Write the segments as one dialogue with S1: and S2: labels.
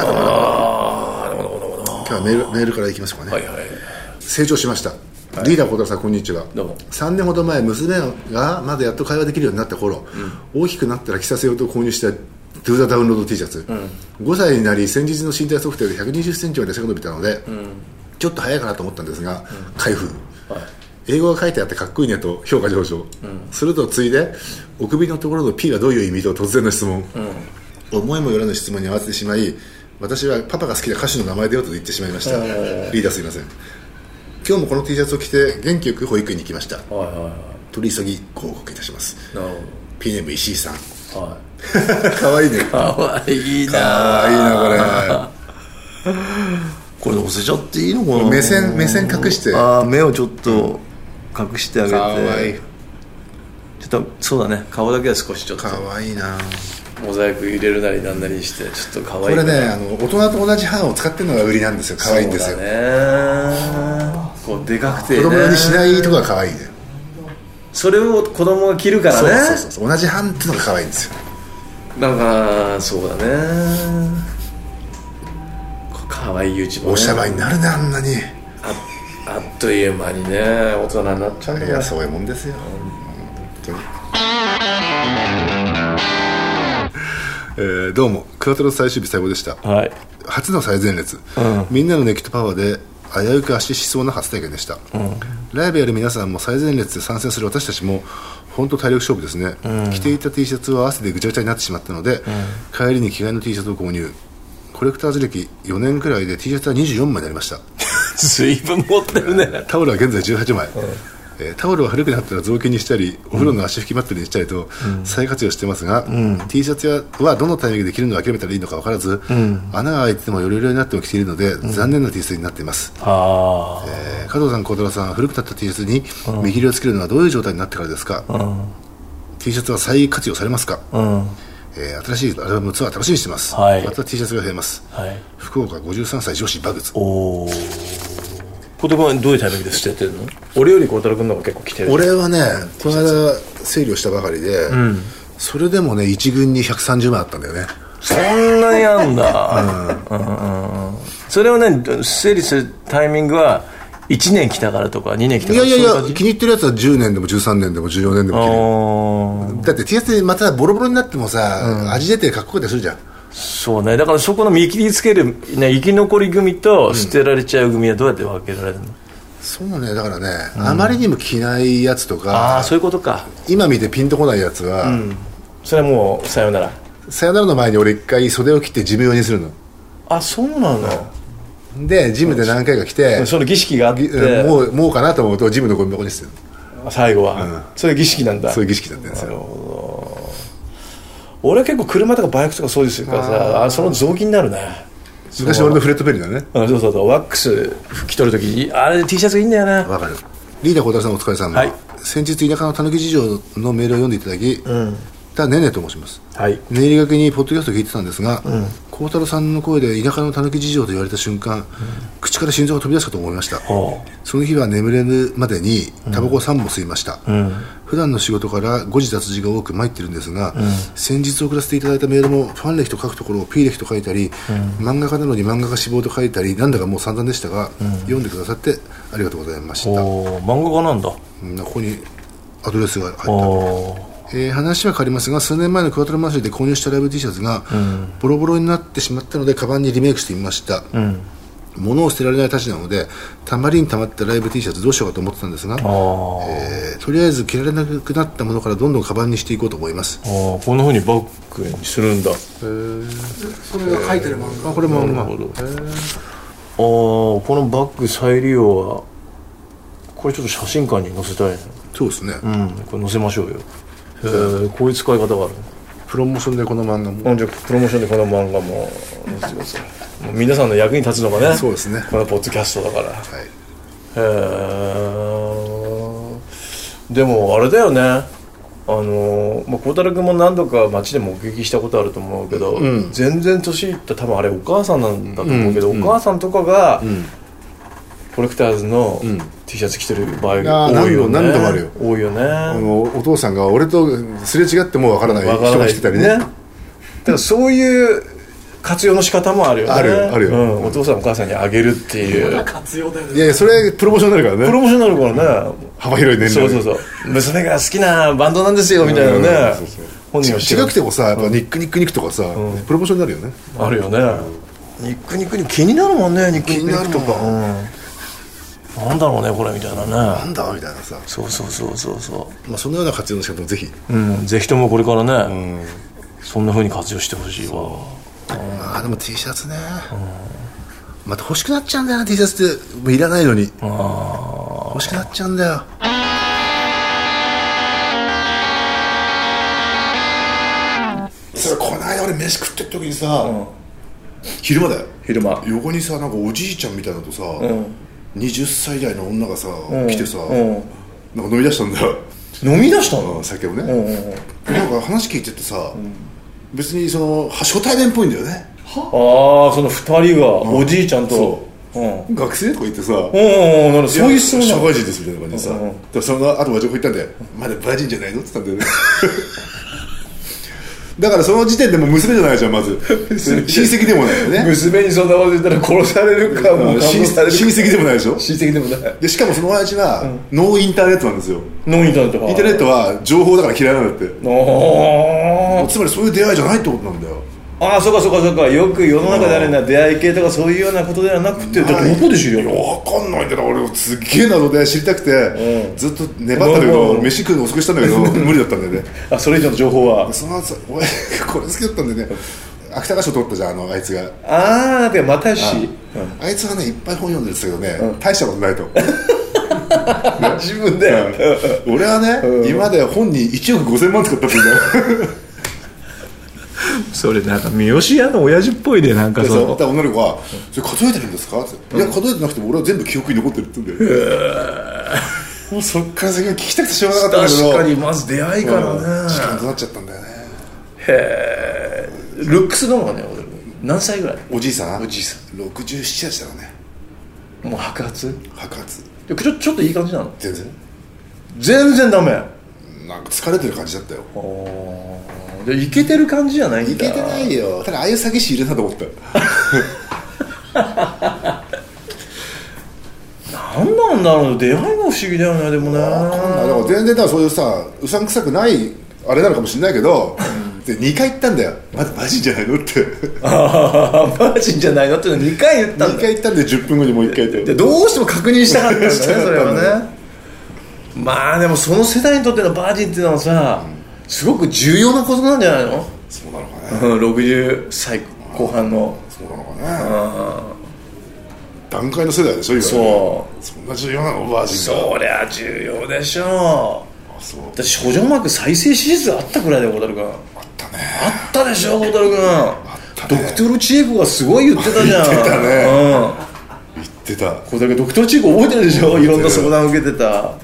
S1: ああ今日はメールメールからいきましょうかね、
S2: はいはい
S1: 成長しました、リーダー小太郎さんこんにちは
S2: どうも
S1: 3年ほど前娘がまだやっと会話できるようになった頃、大きくなったら着させようと購入したトゥーザダウンロード T シャツ、5歳になり先日の身体測定で1 2 0ンチまで背が伸びたので、ちょっと早いかなと思ったんですが、開封、英語が書いてあってかっこいいねと評価上昇、するとついでお首のところの P はどういう意味と突然の質問、思いもよらぬ質問に合わせてしまい私はパパが好きな歌手の名前だよと言ってしまいましたリーダーすいません今日もこの T シャツを着て元気よく保育園に行きました
S2: はいはいは
S1: 取り急ぎご報告いたします
S2: いなる
S1: P ネーム石井さん
S2: ほどはい
S1: かわいいね
S2: かわいいな
S1: ああいいな
S2: これ載せちゃっていいのか
S1: こ
S2: な
S1: れ目線目線隠してか
S2: ああ目をちょっと隠してあげて
S1: わいい
S2: ちょっとそうだね顔だけは少しちょっと
S1: かわいいな
S2: モザイク入れるなりなんなりしてちょっとか
S1: こ
S2: わいい
S1: れねあの大人と同じ版を使ってるのが売りなんですよかわいいんですよ、
S2: そうだねこうでかくて、
S1: 子
S2: ね、
S1: 供用にしないとこがかわいいね
S2: それを子供が着るから
S1: そう
S2: ね
S1: そうそうそう同じ版っていうのがかわいいんですよ
S2: なんかそうだねかわいいうちも、ね、
S1: おしゃばいになるねあんなに
S2: ああっという間にね大人になっちゃうん
S1: い
S2: だよ
S1: やそういうもんですよ本当にえーどうもクラトロ最終日最後でした
S2: はい
S1: 初の最前列、みんなの熱気とパワーで危うく圧死しそうな初体験でした、ライブやる皆さんも最前列で参戦する私たちも本当体力勝負ですね、着ていた T シャツは汗でぐちゃぐちゃになってしまったので、帰りに着替えの T シャツを購入コレクターズ歴4年くらいで T シャツは24枚になりました
S2: 随分持ってるね
S1: タオルは現在18枚、えータオルは古くなったら雑巾にしたりお風呂の足拭きマットにしたりと再活用してますが、T シャツやはどのタイミングで着るのを諦めたらいいのか分からず、穴が開いててもよろよろになっても着ているので、残念な T シャツになっています、
S2: ああ
S1: えー加藤さん孝太郎さんは古くなった T シャツに見切りをつけるのはどういう状態になってからですか、T シャツは再活用されますか、
S2: うんは
S1: えー新しいアルバムツアー楽しみにしてます、
S2: はい
S1: また T シャツが増えます
S2: い
S1: 福岡53歳女子バグツ
S2: おお言葉はどういうタイミングで捨ててるの俺より孝太郎君の方が結構来てる
S1: 俺はねこの間整理をしたばかりで、それでもね一軍に130万あったんだよね
S2: そんなにあんだ、うんうんうん、それをね整理するタイミングは1年来たからとか2年来た
S1: い
S2: か
S1: や
S2: ら
S1: いやいや
S2: そうう感じ
S1: 気に入ってるやつは10年でも13年でも14年で
S2: あ
S1: も着
S2: ー
S1: るだって T シャツでまたボロボロになってもさ、味出てかっこいいでするじゃん
S2: そうねだからそこの見切りつける、ね、生き残り組と捨てられちゃう組はどうやって分けられるの、
S1: そうねだからね、あまりにも着ないやつと
S2: ああ
S1: か
S2: そういうことか
S1: 今見てピンとこないやつは、
S2: それはもうさよなら
S1: さよならの前に俺一回袖を切ってジム用にするの
S2: あそうなの、
S1: でジムで何回か着て、
S2: その儀式があって、
S1: うんもうもうかなと思うとジムのゴミ箱に捨てる
S2: 最後は、そういう儀式なんだ
S1: そういう儀式だったんですよ
S2: 俺は結構車とかバイクとか掃除するからさあその雑巾になるね
S1: 昔俺のフレットベリーだね
S2: あそうそうそうワックス拭き取るときあれ T シャツがいいんだよな
S1: わかるリーダー小太郎さんお疲れさん、
S2: はい
S1: 先日田舎のたぬき事情のメールを読んでいただき、ただねねと申します
S2: はい
S1: 寝入りがけにポッドキャストを聞いてたんですが孝、太郎さんの声で田舎のたぬき事情と言われた瞬間、口から心臓が飛び出したと思いました
S2: ほ
S1: その日は眠れるまでにタバコを3本吸いました、普段の仕事から誤字脱字が多く参ってるんですが、先日送らせていただいたメールもファン歴と書くところを P 歴と書いたり、漫画家なのに漫画家志望と書いたりなんだかもう散々でしたが、読んでくださってありがとうございました、
S2: お漫画家なんだ
S1: うんここにアドレスが
S2: お
S1: 入ったえー話は変わりますが数年前のクワトロマンションで購入したライブ T シャツがボロボロになってしまったのでカバンにリメイクしてみました、物を捨てられないたちなのでたまりにたまったライブ T シャツどうしようかと思ってたんですが、
S2: おー
S1: えーとりあえず着られなくなったものからどんどんカバンにしていこうと思います
S2: おーこんなふうにバッグにするんだ
S3: それが書いてる漫
S1: あこれも
S2: なるほどああこのバッグ再利用はこれちょっと写真館に載せたいね
S1: そうですね、
S2: うんこれ載せましょうよへえこういう使い方がある
S1: プロモーションでこの漫画も
S2: あじゃあプロモーションでこの漫画も載せてくださいもう皆さんの役に立つのがね
S1: そうですね
S2: このポッドキャストだから
S1: はい
S2: へーでもあれだよねあのまあ、孝太郎君も何度か街で目撃したことあると思うけど、全然年いった多分あれお母さんなんだと思うけど、お母さんとかが、コレクターズの T シャツ着てる場合が
S1: あー
S2: 多いよね
S1: 何度も何度もあるよ
S2: 多いよね
S1: あのお父さんが俺とすれ違ってもわからない
S2: わから
S1: 人
S2: な
S1: が
S2: い
S1: 来てたりね
S2: だからそういう活用の仕方もあるよね
S1: あるよあるよ
S2: うんお父さんお母さんにあげるっていう
S3: 活用だよ
S1: いや
S3: ね
S1: いやそれプロモーションになるか
S2: プ
S1: らね
S2: ロモーションになるからね、
S1: 幅広い年
S2: そ
S1: 齢
S2: うそうそう娘が好きなバンドなんですよみたいなね
S1: うんそうそう
S2: 本人を知
S1: 違くてもさやっぱニックニックニックとかさ、プロモーションになるよね
S2: あるよねニックニックに気になるもんねニックニックニックと
S1: 気に
S2: かうんなんだろうねこれみたいな
S1: な
S2: ね
S1: んだみたいなさ、
S2: そうそうそうそうそ
S1: まあ、そのような活用の仕方もぜひ
S2: ううんぜひともこれからねそんな風に活用してほしいわ
S1: ああでも T シャツね、また欲しくなっちゃうんだよな T シャツってもういらないのに欲しくなっちゃうんだよそれこの間俺飯食ってる時にさ、昼間だよ
S2: 昼間
S1: 横にさなんかおじいちゃんみたいなのとさ、20歳代の女がさ、来てさ、
S2: うん
S1: なんか飲み出したんだよ
S2: 飲み出したの
S1: うん酒をね、なんか話聞いててさ、別にそのは初対面っぽいんだよね
S2: ああその二人がおじいちゃんとうん
S1: 学生とか言ってさ、
S2: うんうんうん
S1: そ
S2: そう
S1: い
S2: ういうう
S1: 質問
S2: 質問
S1: 社
S2: なの
S1: 会人ですみたいな感じでさ、でもその後和食行ったんで「まだバージンじゃないの?」って言ったんだよね だからその時点でもう娘じゃないじゃんまず親戚でもないよね
S2: 娘にそんなこと言ったら殺されるかも
S1: うん親
S2: 殺されるか
S1: 親戚でもないでしょ
S2: 親戚でもない
S1: でしかもその親父は、ノーインターネットなんですよ
S2: 飲みたんとか
S1: インターネットは情報だから嫌いなんだって
S2: あ
S1: つまりそういう出会いじゃないってことなんだよ
S2: ああそうかそうかそうかよく世の中であるような出会い系とかそういうようなことではなくてだってどこで知り合いの
S1: わかんないんだな俺すっげえ謎で知りたくて、ずっと粘ったんだけ
S2: う
S1: ど
S2: ん
S1: 飯食うの遅くしたんだ けど無理だったんだよね
S2: あそれ以上の情報は
S1: その後俺これ好きだったんでね芥川賞取ったじゃんあのあいつが
S2: ああでまたし
S1: あいつはねいっぱい本読んでるんですけどね、大したことない と
S2: 自分で
S1: 俺はね、今まで本に1億5000万使ったって言うんだよ
S2: それなんか三好屋の親父っぽいでなんか
S1: で
S2: そ
S1: そうま
S2: の
S1: た女の子は「それ数えてるんですか?」って、いや数えてなくても俺は全部記憶に残ってる」って言うんだよねもうそっから先が聞きたくてしょうがなかったんだけど
S2: 確かにまず出会いからね
S1: 時間となっちゃったんだよね
S2: ルックスの方がね俺何歳ぐらい
S1: おじいさん
S2: おじいさ
S1: ん67歳だからね
S2: もう白髪
S1: 白髪
S2: でちょちょっといい感じなの
S1: 全然
S2: 全然ダメ
S1: なんか疲れてる感じだったよ
S2: でいけてる感じじゃない
S1: い
S2: んだ
S1: けてないよただああいう詐欺師いるなと思った
S2: 何なんだろう出会いが不思議だよねでもね
S1: まあだから全然だからそういうさうさんくさくないあれなのかもしれないけど、で2回行ったんだよまだマジじゃないのって
S2: ああマジじゃないのっていうの2回言った
S1: 2
S2: んだよ
S1: 回行ったんで10分後にもう1回行っ
S2: で
S1: て
S2: どうしても確認したかったんだね
S1: したかった
S2: そ
S1: ん
S2: れ
S1: だね
S2: はねまあでもその世代にとってのバージンっていうのはさすごく重要なことなんじゃない の、
S1: そうなのかね
S2: うん、60歳後半の
S1: そうなのかね段階の世代でしょ今ね
S2: そう
S1: そんな重要なのバージンが
S2: そりゃ重要でしょ
S1: あそう
S2: うだって補助膜再生手術あったくらいだよ小樽君あ
S1: だね
S2: ったでしょ小樽君
S1: た
S2: ド
S1: ね
S2: クトル千恵子がすごい言ってたじゃん
S1: 言ってたね
S2: うん
S1: 言ってたいや
S2: これだけドクターチーク覚えてるでしょいろんな相談を受けて
S1: ー
S2: た
S1: でも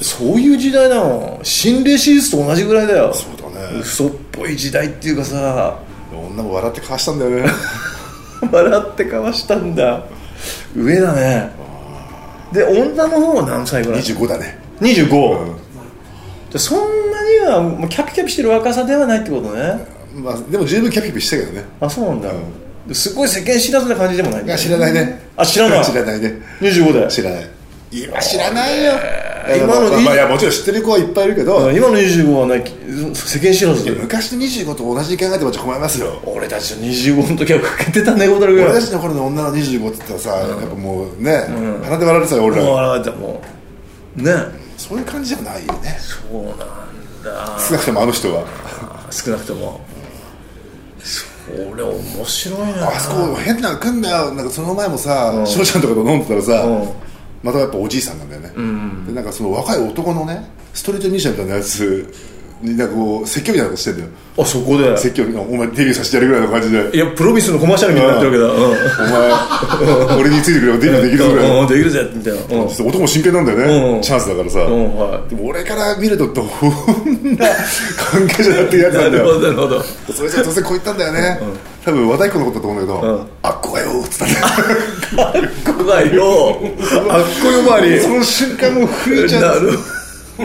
S2: そういう時代だもん心霊手術と同じぐらいだよ
S1: そうだね
S2: 嘘っぽい時代っていうかさ
S1: 女も笑ってかわしたんだよね
S2: 笑ってかわしたんだ上だねで女の方は何歳ぐらい
S1: 25だね
S2: 25、
S1: うん
S2: じゃそんなにはもうキャピキャピしてる若さではないってことね
S1: まあでも十分キャピキャピしたけどね
S2: あそうなんだ、ですごい世間知らずな感じでもないん
S1: い
S2: だ
S1: や
S2: よ
S1: 知らないね
S2: あ知ら ない
S1: 知らないね
S2: 25だよ
S1: 知らない今知らないよ
S2: 今の
S1: まあまあいやもちろん知ってる子はいっぱいいるけど、
S2: うん今の25はね世間知らずだよ
S1: 昔の25と同じに考えてもちょっと困りますよ
S2: 俺たちの25の時はかけてたね小樽君
S1: 俺たちの頃の女の25って言ったらさ、やっぱもうね、鼻で笑われてたよ俺
S2: もう
S1: ら、
S2: 笑われたもうね
S1: そういう感じじゃないよね
S2: そうなんだ
S1: 少なくともあの人は
S2: 少なくともそれ面白いな
S1: あそこ変なの来んだよなんかその前もさ翔、ちゃんとかと飲んでたらさ、
S2: ん
S1: またやっぱおじいさんなんだよね、でなんかその若い男のねストリートミュージシャンみたいなやつになんかこう説教みたいなことしてんだよ
S2: あそこで
S1: 説教お前デビューさせてやるぐらいの感じで
S2: いやプロミスのコマーシャルみたいになってるわけだう
S1: お
S2: ん
S1: 前俺についてくればデビューできるぐらい
S2: うんう
S1: の
S2: んできるぜみたいなうん
S1: ちょっと男も真剣なんだよね、
S2: うん
S1: チャンスだからさ、
S2: うんは
S1: でも俺から見るとどんな関係者だっていうや
S2: い
S1: つな
S2: なん
S1: だ
S2: るほど
S1: よ
S2: なるほど
S1: それじゃ突然こう言ったんだよね、多分和太鼓のことだと思うんだけど、あっこがよーっつったんだよ
S2: こがよあっこよばり
S1: その瞬間もう吹いちゃ
S2: な
S1: う
S2: る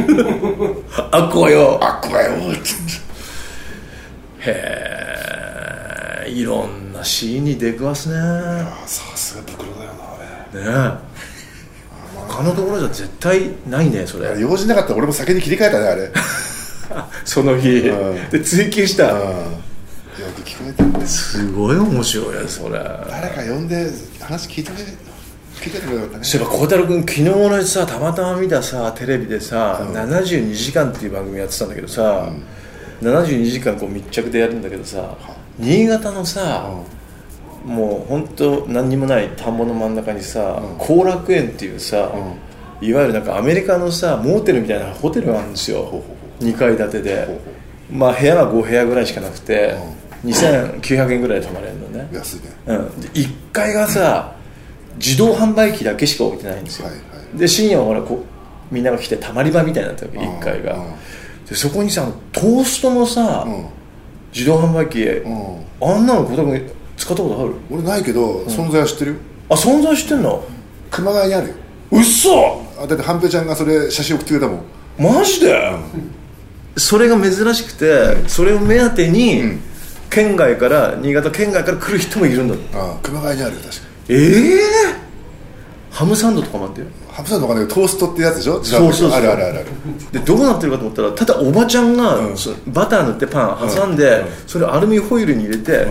S2: あっこよ
S1: あっこがよーっつって
S2: へえねいろんなシーンに出くわすね
S1: あさすが袋だよなあ
S2: ね他のところじゃ絶対ないねそ
S1: れ
S2: れ
S1: 用事なかったら俺も酒に切り替えたねあれ
S2: その日
S1: うん
S2: で追求した
S1: うんよく聞こえてるね
S2: すごい面白いねそれ
S1: 誰か呼んで話聞いてくれ聞いててくれよかったね
S2: そういえば孝太郎君昨日のさたまたま見たさテレビでさ「72時間」っていう番組やってたんだけどさ、72時間こう密着でやるんだけどさ新潟のさ、もう本当何にもない田んぼの真ん中にさ後、楽園っていうさ、いわゆるなんかアメリカのさモーテルみたいなホテルがあるんですよ、2階建てで、まあ部屋が5部屋ぐらいしかなくて、2900円ぐらいで泊まれるのね、
S1: 安いね
S2: うん、で1階がさ自動販売機だけしか置いてないんですよ、
S1: はいは
S2: で深夜はほらこうみんなが来てたまり場みたいになったわけ1階が
S1: うん
S2: でそこにさトーストのさ、
S1: うん
S2: 自動販売機、
S1: うん
S2: あんなの小田君使ったことある
S1: 俺ないけど存在は知ってるよ
S2: あ存在してんの
S1: 熊谷にあるよ
S2: うっそ
S1: あだって半平ちゃんがそれ写真送ってくれたもん
S2: マジで、それが珍しくて、それを目当てに、県外から新潟県外から来る人もいるんだって
S1: あ熊谷にあるよ確か
S2: ええハムサンドとか待ってよ
S1: ハムさんのお金トーストってやつでしょ
S2: そうそうそ
S1: あ
S2: う
S1: るあるあるある
S2: でどうなってるかと思ったらただおばちゃんが、そバター塗ってパン挟んで、それをアルミホイルに入れて、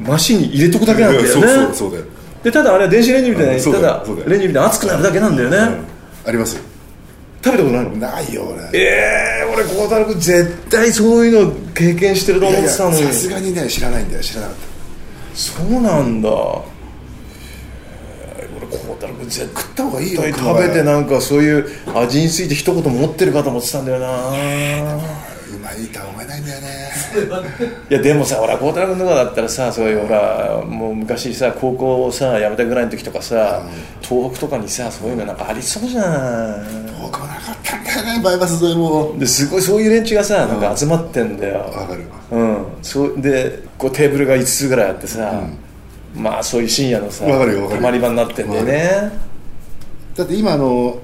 S2: マシンに入れとくだけなんだよね
S1: いやそうそうそうだよ
S2: でただあれは電子レンジみたいな、
S1: うんそうだ
S2: た
S1: よ
S2: だ
S1: そうだよ
S2: レンジみたいな熱くなるだけなんだよね、
S1: ありますよ
S2: 食べたことないの
S1: ないよ俺
S2: ええー、俺孝太郎君絶対そういうの経験してると
S1: い
S2: 思っ
S1: やいや
S2: てたの
S1: さ
S2: に
S1: すがにね知らないんだよ知らなかっ
S2: そうなんだ、えー俺孝太郎君絶
S1: た食った方がいいよ
S2: 対
S1: 熊
S2: 食
S1: 谷
S2: べてなんかそういう味について一言持ってるかと思ってたんだよな
S1: うまいとは思えないんだよね
S2: いやでもさほら孝太郎君とかだったらさそういうほらもう昔さ高校をさ辞めたぐらいの時とかさ、東北とかにさそういうのなんかありそうじゃん
S1: 僕もなかったんだよねバイパス沿いも
S2: ですごいそういう連中がさなんか集まってんだよ
S1: わかるわ
S2: うんそうでこうテーブルが5つぐらいあってさ、まあそういう深夜のさ
S1: わかるよわかる
S2: たまり場になってんだよね
S1: だって今あの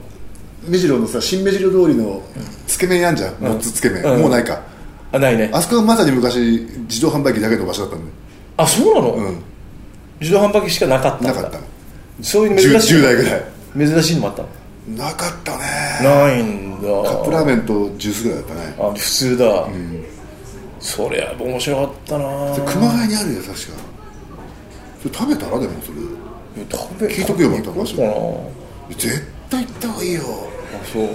S1: 目白のさ新目白通りのつけ麺あんじゃんもつつけ麺
S2: うん
S1: もうないか
S2: あないねあ
S1: あそこがまさに昔自動販売機だけの場所だったんで
S2: そうなの、
S1: うん
S2: 自動販売機しかなかったんだ
S1: なかったの
S2: そういう
S1: 10,
S2: 珍しい
S1: 10代ぐらい
S2: 珍しいのもあったの
S1: なかったね
S2: ないんだ
S1: カップラーメンとジュースぐらいだったね
S2: あ普通だ、そりゃ面白かったな
S1: それ熊谷にあるよ確かそれ食べたらでもそれ
S2: 食べ
S1: 聞いとくよまた
S2: 食べに行こ
S1: 絶対行った方がいいよ
S2: うかなあそう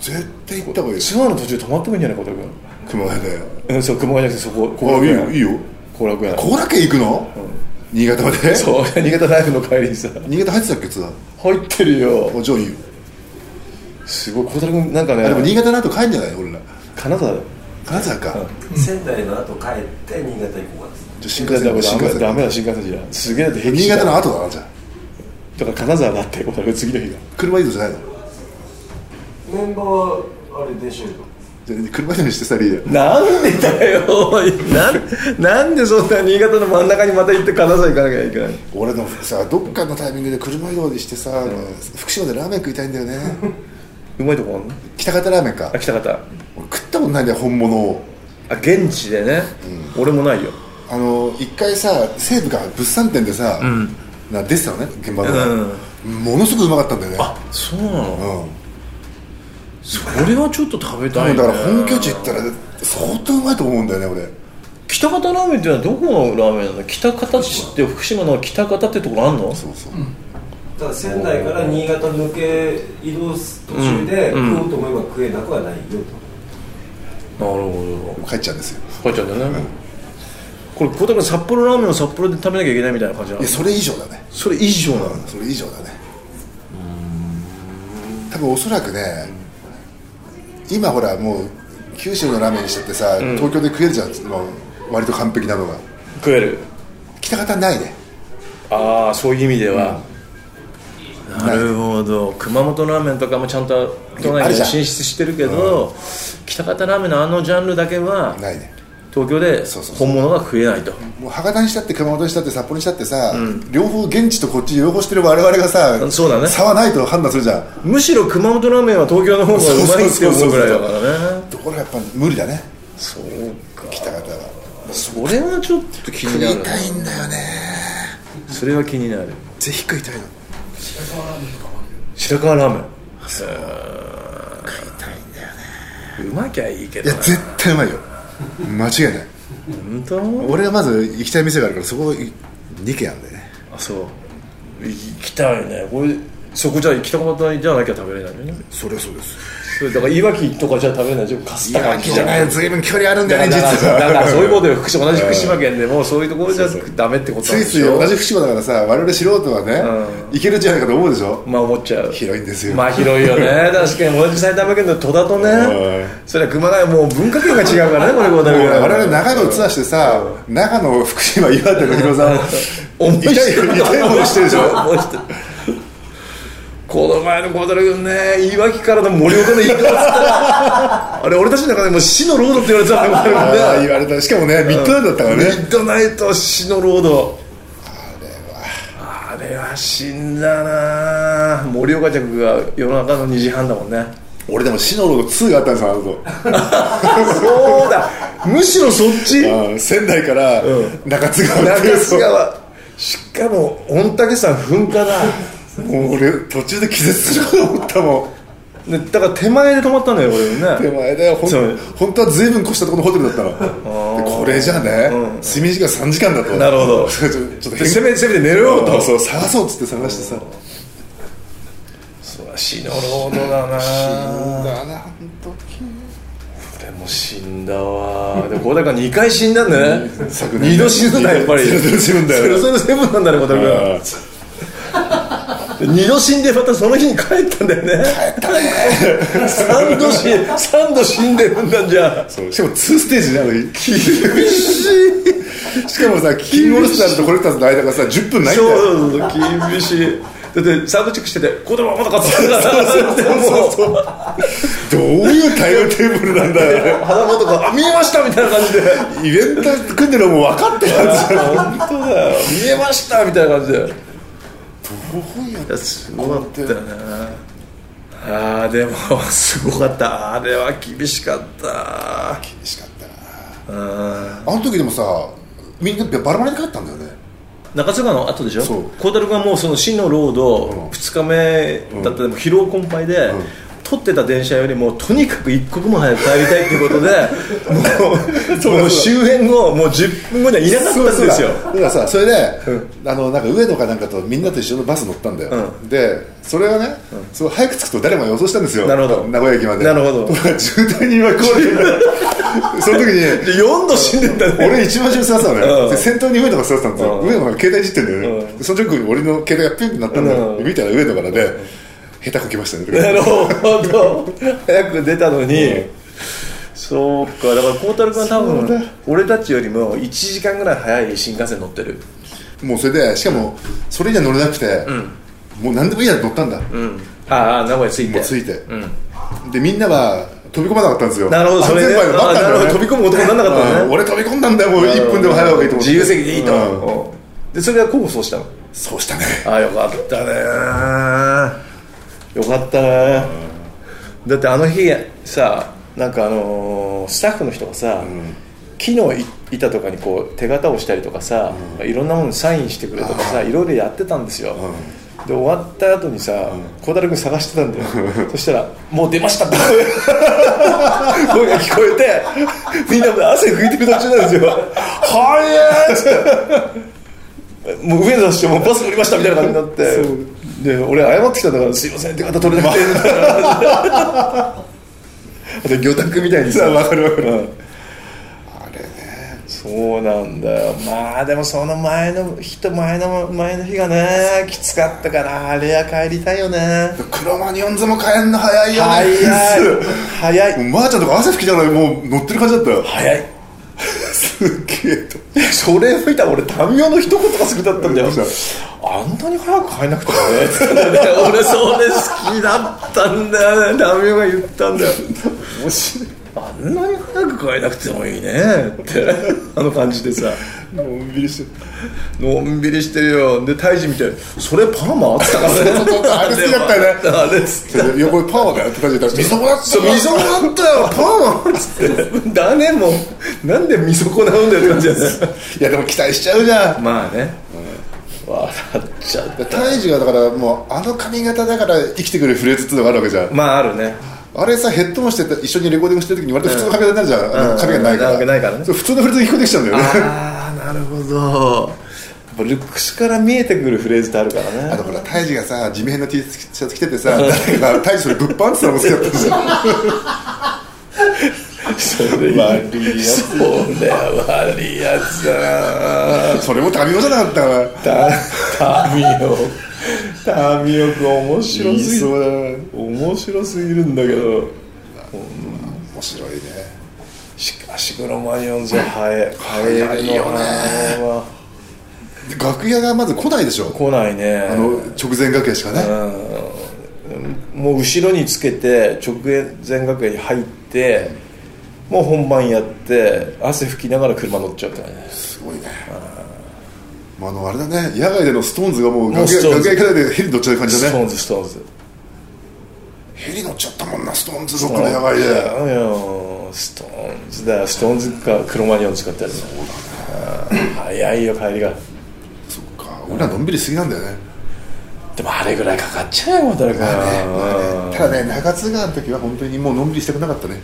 S1: 絶対行った方がいいよ
S2: ツアーの途中で泊まってもいいんじゃないか小田
S1: 熊谷で
S2: 君うんそう熊谷じゃなくてそこ
S1: あいいよいいよ
S2: 後楽園
S1: 後楽園行くの、新潟まで
S2: そう新潟ライブの帰りにさ
S1: 新潟入ってたっけツアー
S2: 入ってるよ
S1: あじゃあいいよ
S2: すごい小田君なんかね
S1: あでも新潟の後帰んじゃない俺ら
S2: 金沢だよ
S1: 金沢か、
S4: 仙台の後帰って新潟行こうかな
S1: じゃあ新幹
S2: ダ
S1: 線新
S2: メだ新
S1: 幹
S2: 幹線ダ
S1: 線
S2: メだ新幹線じゃすげえだって平気
S1: 新潟の
S2: だ
S1: 後だなじゃあ
S2: から金沢だって小田君次の日だ
S1: 車移動じゃないの
S4: メンバーはあれ電車移動
S1: じゃあ車移動にしてさリーダー
S2: なんでだよなんなんでそんな新潟の真ん中にまた行って金沢行かなきゃいけないの
S1: 俺でもさどっかのタイミングで車移動にしてさ、福島でラーメン食いたいんだよね
S2: うまいとこあんの
S1: 北方ラーメンか
S2: あ来た方
S1: 俺食ったことないんだよ本物を
S2: あ現地でね、俺もないよ
S1: あの一回さ西武が物産展でさ、な出てたのね現場の、ものすごくうまかったんだよね
S2: そうなの
S1: うん
S2: それはちょっと食べ
S1: 多
S2: たい、
S1: 分
S2: ね、
S1: だから本拠地行ったら相当うまいと思うんだよね俺
S2: 北方ラーメンっていうのはどこのラーメンなの北方市って福島の北方ってところあんの
S1: そうそう、
S4: ただ仙台から新潟抜け移動す途中で
S2: うん
S4: 食おうと思えば食えなくはないよ
S2: なるほ
S1: 帰っちゃうんですよ
S2: ど書いちゃうんだよね、これ小田君札幌ラーメンを札幌で食べなきゃいけないみたいな感じないの
S1: やそれ以上だね
S2: それ以上なの
S1: それ以上だね多分おそらくね今ほらもう九州のラーメンにしてってさ、東京で食えるじゃんもう割と完璧なのが
S2: 食える
S1: 北方ないね
S2: ああそういう意味では、なるほど熊本ラーメンとかもちゃんと都
S1: ある
S2: 内に
S1: じゃん
S2: 進出してるけど、北方ラーメンのあのジャンルだけは
S1: ないね
S2: 東京で
S1: そうそうそう
S2: 本物が食えないと
S1: もう博多にしたって熊本にしたって札幌にしたってさ、両方現地とこっち両方してる我々がさ
S2: そうだね
S1: 差はないと判断するじゃん
S2: むしろ熊本ラーメンは東京の方がうまいって思うぐらいだからね
S1: ところがやっぱ無理だね
S2: そうか
S1: 北方は
S2: それはちょっと気になるな
S1: 痛いんだよね
S2: それは気になる
S1: ぜひ食いたいの
S2: 白川ラーメンそううまきゃいいけ
S1: い
S2: ど
S1: や
S2: な
S1: 絶対うまいよ間違いない
S2: 本当
S1: 俺がまず行きたい店があるからそこい2軒あるんだよね
S2: あそう行きたいねこれそこじゃ行きたかったじゃなきゃ食べれないよね
S1: そりゃそうです
S2: それだからいわきとかじゃ食べれないじゃんかす
S1: い
S2: た
S1: や
S2: 感
S1: 秋
S2: じ
S1: じ
S2: じゃ
S1: ゃ
S2: な
S1: ないいずいぶん距離あるんだよ
S2: だ
S1: ね
S2: か
S1: 実
S2: ら
S1: は
S2: だから そういうことよ福島同じ福島県でもそういうところじゃダメってこ
S1: つ
S2: となん
S1: い
S2: で
S1: つ
S2: し
S1: い
S2: ょ
S1: 同じ福島だからさ我々素人はね、いけるんじゃないかと思うでしょ
S2: まあ思っちゃう
S1: 広いんですよ、
S2: まあ広いよ ね確かに同じ埼玉県の戸田とね
S1: う
S2: それは熊谷もう文化圏が違うからねこれこうだ
S1: もう
S2: け
S1: ね我々長野をツアーしてさ長野福島岩手の広さ
S2: 思い
S1: 痛い痛い思いしてるでしょ
S2: 思いしてるこの前の孝太郎君ねいわきからの盛岡の行くっ つったらあれ俺たちの中でも死のロードって言われてたんだよ孝太郎
S1: あー
S2: 君ね
S1: 言われたしかもねミッドナイトだったからね
S2: ミッドナイト死のロードあれはあれは死んだな盛岡着が夜中の2時半だもん ね
S1: 俺でも死のロード2があったんですよあの後
S2: そうだ むしろそっち
S1: あー仙台から中津川っていう
S2: 中津川しかも御嶽山噴火だ
S1: もう俺途中で気絶するかと思ったもん
S2: ねだから手前で止まったのよ俺も
S1: 手
S2: ね
S1: 前だよほん
S2: そう
S1: 本当は随分越したところのホテルだったのでこれじゃね、睡眠時間3時間だと
S2: なるほど
S1: ちょちょっと
S2: で
S1: 変
S2: せめてせめて寝ろよと
S1: そう探そうっつって探してさ
S2: そうだ死のロードだ
S1: だ
S2: な
S1: な本当
S2: 俺も死んだわでこれだから2回死んだんだね
S1: 昨年
S2: 2度死ぬんだやっぱり
S1: ゼロゼロセブンだよ
S2: ゼロゼロセブンなんだね小
S1: あ
S2: 田君2度死んでまたその日に帰ったんだよね帰ったね3度死三度死んでるんだじゃあ
S1: そうしかも2ステージなのに厳しいしかもさキングオルスターズとコレクターズの間がさ10分ないんだ
S2: そう
S1: よ
S2: そうそう厳しいだってサードチェックしてて「子供はまだ勝つ」そうそう
S1: どういうタイムテーブルなんだよあれ
S2: 花とか「あ見えました」みたいな感じで「
S1: イベント組んでるのもう分かって たんですよ
S2: 本当だよ見えました」みたいな感じでいやすごかったよねあーでもすごかったあれは厳しかった
S1: 厳しかったなあの時でもさみんなバラバラに帰ったんだよね
S2: 中津川の後でしょ
S1: そう
S2: 孝太郎君はもうその死のロード2日目だったでも疲労困憊で、取ってた電車よりもとにかく一刻も早く帰りたいっていうこと でもうもう終演後もう10分後にはいなかったん
S1: そう
S2: ですよ
S1: だだからさそれで、あのなんか上野かなんかとみんなと一緒のバス乗ったんだよ、でそれはね、そう早く着くと誰も予想したんですよ
S2: なるほど
S1: 名古屋駅まで
S2: なるほど
S1: ところが 渋滞に巻き込まれてるその時に
S2: で4度死んでったね
S1: 俺一番後ろに座ってたの
S2: う
S1: よ
S2: ん
S1: で先頭に上野が座ってたんですよ
S2: うん
S1: 上野が携帯いじってんだよねでその時に俺の携帯がピュンってなったんだよ
S2: うん
S1: 見たら上野からで下手こきましたねとか言っ
S2: な
S1: て
S2: るほど早く出たのに、そうかだから孝太郎君は多分俺たちよりも1時間ぐらい早い新幹線乗ってる
S1: もうそれでしかもそれには乗れなくて、もう何でもいいや乗ったんだ、
S2: ああ名古屋着い
S1: も
S2: て
S1: うついて、でみんなは飛び込まなかったんですよ
S2: なるほどそれ
S1: 安
S2: ね
S1: 全牌が待ったんだよ、ね、
S2: あなるほど飛び込む男になんなかったのね
S1: うん俺飛び込んだんだよもう1分でも早い方がいいと思って
S2: 自由席でいいと、
S1: うん
S2: うんでそれは功を奏したの
S1: そうしたね
S2: ああよかったねよかったねだってあの日さなんかあのースタッフの人がさ、木のい板とかにこう手形をしたりとかさ、いろんなものにサインしてくれとかさいろいろやってたんですよ、で終わった後にさ孝太郎君探してたんだよそしたら「もう出ました」って声が聞こえてみんなもう汗拭いてく途中なんですよ「はい」ってもう上野出してもうバス乗りましたみたいな感じになってで俺謝ってきたんだから「すいません」って方取れなくてみたいなあと魚拓みたいにさ分かる分かる、あれねそうなんだよまあでもその前の日と前の前の日がねきつかったからあれは帰りたいよね
S1: クロマニオンズも帰んの早いよね
S2: 早い早
S1: も
S2: いう
S1: まー、ちゃんとか汗拭きながらもう乗ってる感じだったよ
S2: 早い
S1: すっげえと
S2: それ吹いたら俺民謡の一言がすぐだったんだよ
S1: どう
S2: あんなに早く帰んなく てもねつってね俺それ好きだったんだよね民謡が言ったんだよ面白いあんなに早く帰らなくてもいいねってあの感じでさのんびりしてのんびりしてるよで胎児みたいにそれパーマあったからね
S5: あれ好きだったよね
S2: あれ好き
S5: それで横にパワーがやってたじゃんみそこだっ
S2: そう、見損なったよ、パーンっつって。だね、もう。なんで見損なうんだよって感じだね。
S5: いやでも期待しちゃうじゃん
S2: まあね。笑っちゃう。
S5: 胎児がだからもうあの髪型だから生きてくるフレーズっていうのがあるわけじゃん
S2: まあ、あるね。
S5: あれさヘッドホンしてて一緒にレコーディングしてる時に割と普通の髪型になるじゃん、あの髪がないから,、
S2: うんなわけないからね
S5: そう普通のフレーズに聞こえてきちゃうんだよね
S2: ああ、なるほど。やっぱルックスから見えてくるフレーズってあるから
S5: あ
S2: ね。
S5: とほら、タイジがさ、地面の T シャツ着ててさ、誰かがタイジそれ物販って言ったのも好きだったじゃん。
S2: それ悪いやつ。そうだよ、悪いやつだな。
S5: それも民生じゃなかったわ。
S2: た、タミオ。タミオくん面白
S5: 言い
S2: すぎ
S5: そう
S2: る。
S5: だな。面
S2: 面白すぎるんだけど。
S5: 白いね。
S2: しかしクロマニヨンズは早い早
S5: いよね
S2: ね
S5: で楽屋がまず来ないでしょ。
S2: 来ないね
S5: あの、直前楽屋しかね。
S2: もう後ろにつけて直前楽屋に入ってもう本番やって汗拭きながら車乗っちゃうからね
S5: すごいね。まあ、あの、あれだね、野外でのストーンズがもう
S2: もう
S5: 楽
S2: スト
S5: 屋、
S2: ーンズ
S5: 楽屋からでヘリ乗っちゃう感じ
S2: ス
S5: だ
S2: ト
S5: ね。
S2: ーンズストーンズ
S5: ヘリ乗っちゃったもんな、ストーンズどっかの野外で。
S2: だよストーンズだよストーンズかクロマニヨンズかってやるそうだね早いよ帰りが
S5: そっか、俺らのんびりすぎなんだよね。
S2: でもあれぐらいかかっちゃうよ誰か
S5: ただね、中津川の時は本当にもうのんびりしたくなかったね。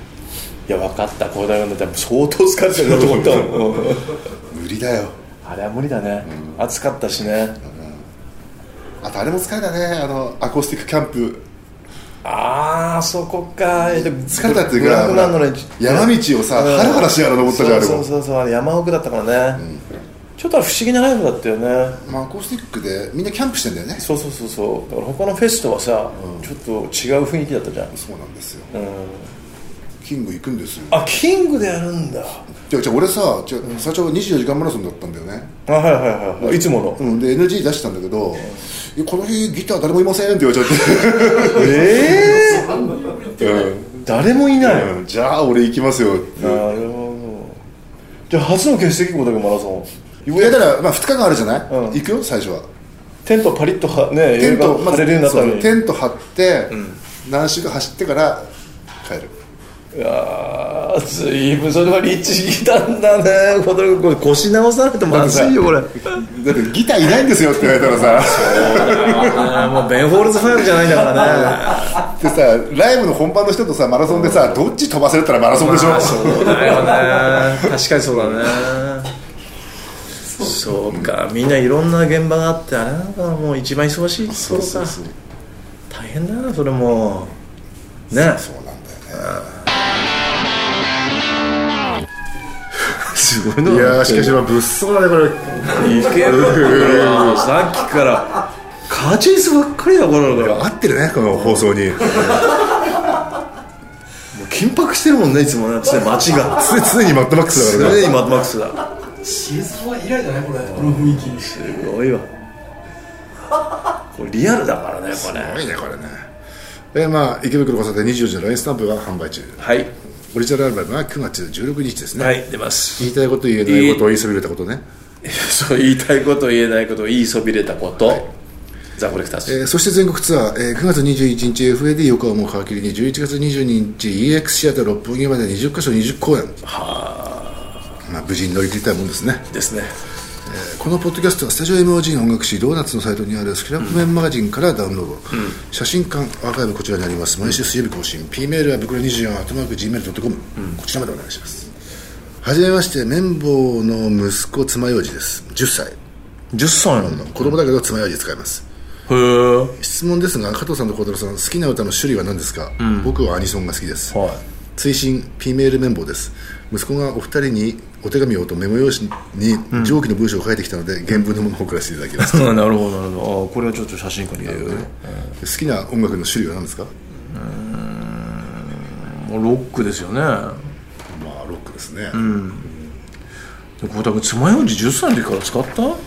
S2: いや分かったこれだよだって相当疲れてるなと思ったもん
S5: 無理だよ。
S2: あれは無理だね、暑かったしね、
S5: あとあれも疲れたね、あの、アコースティックキャンプ。
S2: ああそこか疲
S5: 疲れたっていうか
S2: なのに
S5: 山道をさ
S2: うん
S5: ハラハラしながら登ったじゃんあれ
S2: そう
S5: も
S2: そうそうそうあれ山奥だったからね、ちょっとあれ不思議なライフだったよね
S5: まあアコースティックでみんなキャンプしてんだよね
S2: そうそうそうそうだから他のフェスとはさ、ちょっと違う雰囲気だったじゃん
S5: そうなんですよキング行くんですよ
S2: あキングでやるんだ
S5: じゃあじゃあ俺さじゃあ最初24時間マラソンだったんだよね
S2: あはいはいはい、はい、いつもの
S5: うんで NG 出したんだけどいやこの日ギター誰もいませんって言われちゃ
S2: ええ
S5: ってう
S2: 誰もいない、
S5: んうんじゃあ俺行きますよって
S2: なるほどじゃあ初の欠席校だけどマラソン
S5: いやだからまあ2日間あるじゃない
S2: うん
S5: 行くよ最初は
S2: テントパリッとはね
S5: テント
S2: 映
S5: ま
S2: 画
S5: ず
S2: 貼れるようになったの
S5: そう
S2: に
S5: テント張って何週か走ってから帰る
S2: いやーずいぶんそれはリッチきたんだねこれこれ腰直さないとまずいよこれ
S5: だってギターいないんですよって言われたらさ
S2: あーもうベン・ホールズファイブじゃないんだからね
S5: でさライブの本番の人とさマラソンでさどっち飛ばせるったらマラソンでしょ、
S2: そうだよね確かにそうだねそうかみんないろんな現場があってあれなんかもう一番忙しいところか大変だなそれもね
S5: そうなんだよね
S2: すごいない
S1: やーしかしまあ物騒だねこれ
S2: いけるさっきからカーチェイスばっかりだこれだから
S5: 合ってるねこの放送に
S2: 緊迫してるもんねいつもね常に街が
S5: つ常にマッドマックスだからね
S2: 常にマッドマックスだ
S3: シーズンは以来じゃないこれこの雰囲気
S2: すごいわこれリアルだからねこれ
S5: すごいねこれね
S1: でまあ池袋交差点24時の LINE スタンプが販売中
S2: はい
S1: オリジナルアルバムは9月16日ですね、
S2: はい出ます
S1: 言いたいこと言えないことを言いそびれたことね、
S2: そう言いたいこと言えないこと言いそびれたこと、ザ・コレクターズ、
S1: えーそして全国ツアー、えー9月21日 FAD 横浜を皮切りに11月22日 EX シアター六本木まで20カ所20公演まあ、無事に乗り切りたいもんですね
S2: ですね
S1: このポッドキャストはスタジオ MOG の音楽誌ドーナツのサイトにあるスクラップメンマガジンからダウンロード、写真館アーカイブこちらにあります毎週水曜日更新、P メールは袋24アットマーク Gmail.com、こちらまでお願いしますはじめまして綿棒の息子爪楊枝です10歳
S2: 10歳なんだ
S1: 子供だけど爪楊枝使います、
S2: へえ
S1: 質問ですが加藤さんと孝太郎さん好きな歌の種類は何ですか、僕はアニソンが好きです、
S2: はい
S1: 追伸 P メール綿棒です息子がお二人にお手紙をとメモ用紙に上記の文章を書いてきたので、原文のものを送らせていただきます 好
S2: なるほどなるほどあこれはちょっと写真館に入れる
S1: きな音楽の種類は何ですか
S2: もうロックですよね
S1: まあロックですね、
S2: で孝太君爪楊枝10歳の時から使った
S1: 爪楊枝ね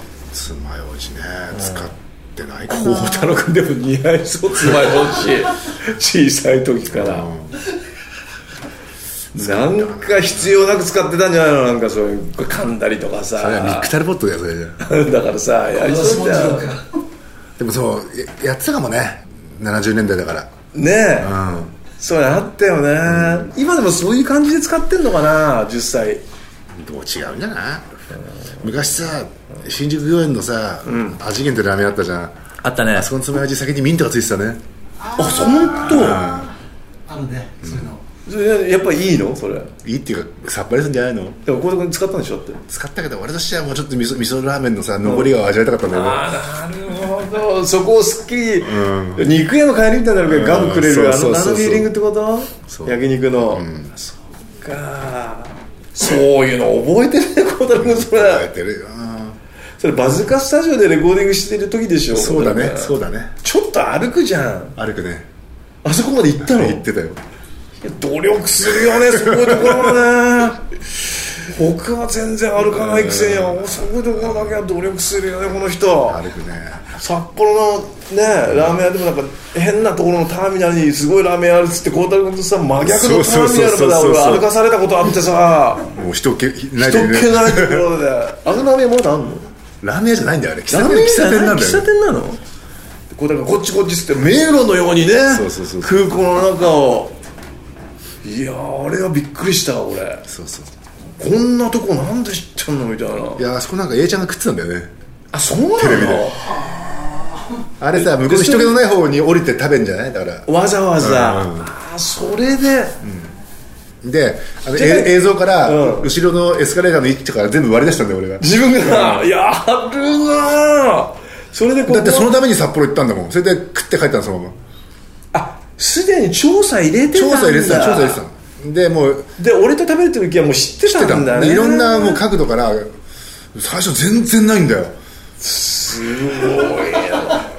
S1: 使ってない か
S2: 孝
S1: な
S2: 太郎君でも似合いそう爪楊枝小さい時から、なんか必要なく使ってたんじゃないのなんかそういう噛んだりとかさ
S1: あれはミックタルポットだよそれじゃ
S2: だからさやり
S3: ス
S2: そ
S3: ポ
S2: う
S3: ンジ
S2: じゃ
S3: ロッ
S2: ん
S3: クが
S1: でもそうややってたかもね70年代だから
S2: ねえ、
S1: うん
S2: そうあったよね、今でもそういう感じで使ってんのかな10歳
S1: でも違うんじゃない昔さ新宿御苑のさ、味源ってラーメンあったじゃん
S2: あったね
S1: あそこの爪味先にミントがついてたね
S2: あ本
S3: あるねそういうの
S2: 当。それやっぱいいのそれ
S1: いいっていうかさっぱりするんじゃないの
S2: でも小田君使ったんでしょだって
S1: 使ったけど俺としてはもうちょっと味噌味噌ラーメンのさ残りを味わいたかったんだよね、
S2: あなるほどそこをすっきり、肉屋の帰りみたいになるからガムくれる、
S1: うん
S2: あ
S1: そ
S2: の
S1: う
S2: あ
S1: そうそう
S2: のフィーリングってこと
S1: そう
S2: 焼肉の、そっかそういうの覚えてるね小田君そ
S1: や
S2: れ
S1: ってるよな
S2: それバズカスタジオでレコーディングしてる時でしょ
S1: そうだねそう
S2: だ
S1: だね
S2: ちょっと歩くじゃん
S1: 歩くね
S2: あそこまで行ったの
S1: 言ってたよ
S2: 努力する よねそういうところはね僕は全然歩かないくせにそういうところだけは努力するよねこの人
S1: 歩くね
S2: 札幌のねラーメン屋でもなんか変なところのターミナルにすごいラーメン屋あるっつって孝太郎君とさ真逆のター
S1: そ
S2: ミナル
S1: うそうそうそう
S2: まで俺歩かされたことあってさ
S1: もう人気ない
S2: 人
S1: でね
S2: 気ないところであのラーメン屋まだあんの
S1: ラーメン屋じゃないんだよあれ喫茶
S2: ラー
S1: 店
S2: メン屋
S1: 喫茶店なんだ
S2: 喫茶
S1: よ
S2: 店なの孝太郎君こっちこっちっつって迷路のようにね
S1: そうそうそう
S2: 空港の中をいやーあれはびっくりしたわ俺
S1: そうそう
S2: こんなとこなんで知ってんのみたいない
S1: やあそこなんか A ちゃんが食ってたんだよね
S2: あそうなの
S1: あれさ向こうの人気のない方に降りて食べんじゃないだから
S2: わざわざ、
S1: うん
S2: あそれで、
S1: であの
S2: じゃあ
S1: え映像から
S2: うん
S1: 後ろのエスカレーターの位置とから全部割り出したんだよ俺が
S2: 自分が、 やるなぁそれでここ
S1: だってそのために札幌行ったんだもんそれで食って帰ったのそのまま
S2: あすでに調査入れてたん
S1: 調
S2: だ
S1: 査入れてたの調査入れてたのでもう
S2: で俺と食べる時はもう知って
S1: 来て
S2: た
S1: た
S2: んだ
S1: の
S2: ね
S1: でいろんなもう角度から最初全然ないんだよ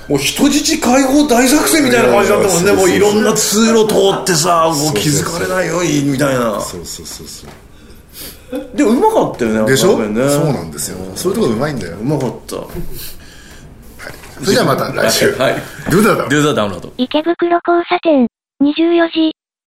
S2: もう人質解放大作戦みたいな感じだったも
S1: い
S2: ん
S1: やい
S2: ね
S1: や
S2: も
S1: そうそうそ
S2: う
S1: う
S2: いろんな通路通ってさもう気
S1: そうそ
S2: づ
S1: うそう
S2: かれないようにみたいな
S1: そうそうそうそう
S2: でうまかったよね
S1: でしょ
S2: あ
S1: そ
S2: の
S1: う
S2: ラーメンね
S1: なんですよそういうところうまいんだよ
S2: うまかった
S1: それじゃあまた来週
S2: はい
S1: ドゥダだ
S2: デューザーダウンロード
S6: 池袋交差点、24時。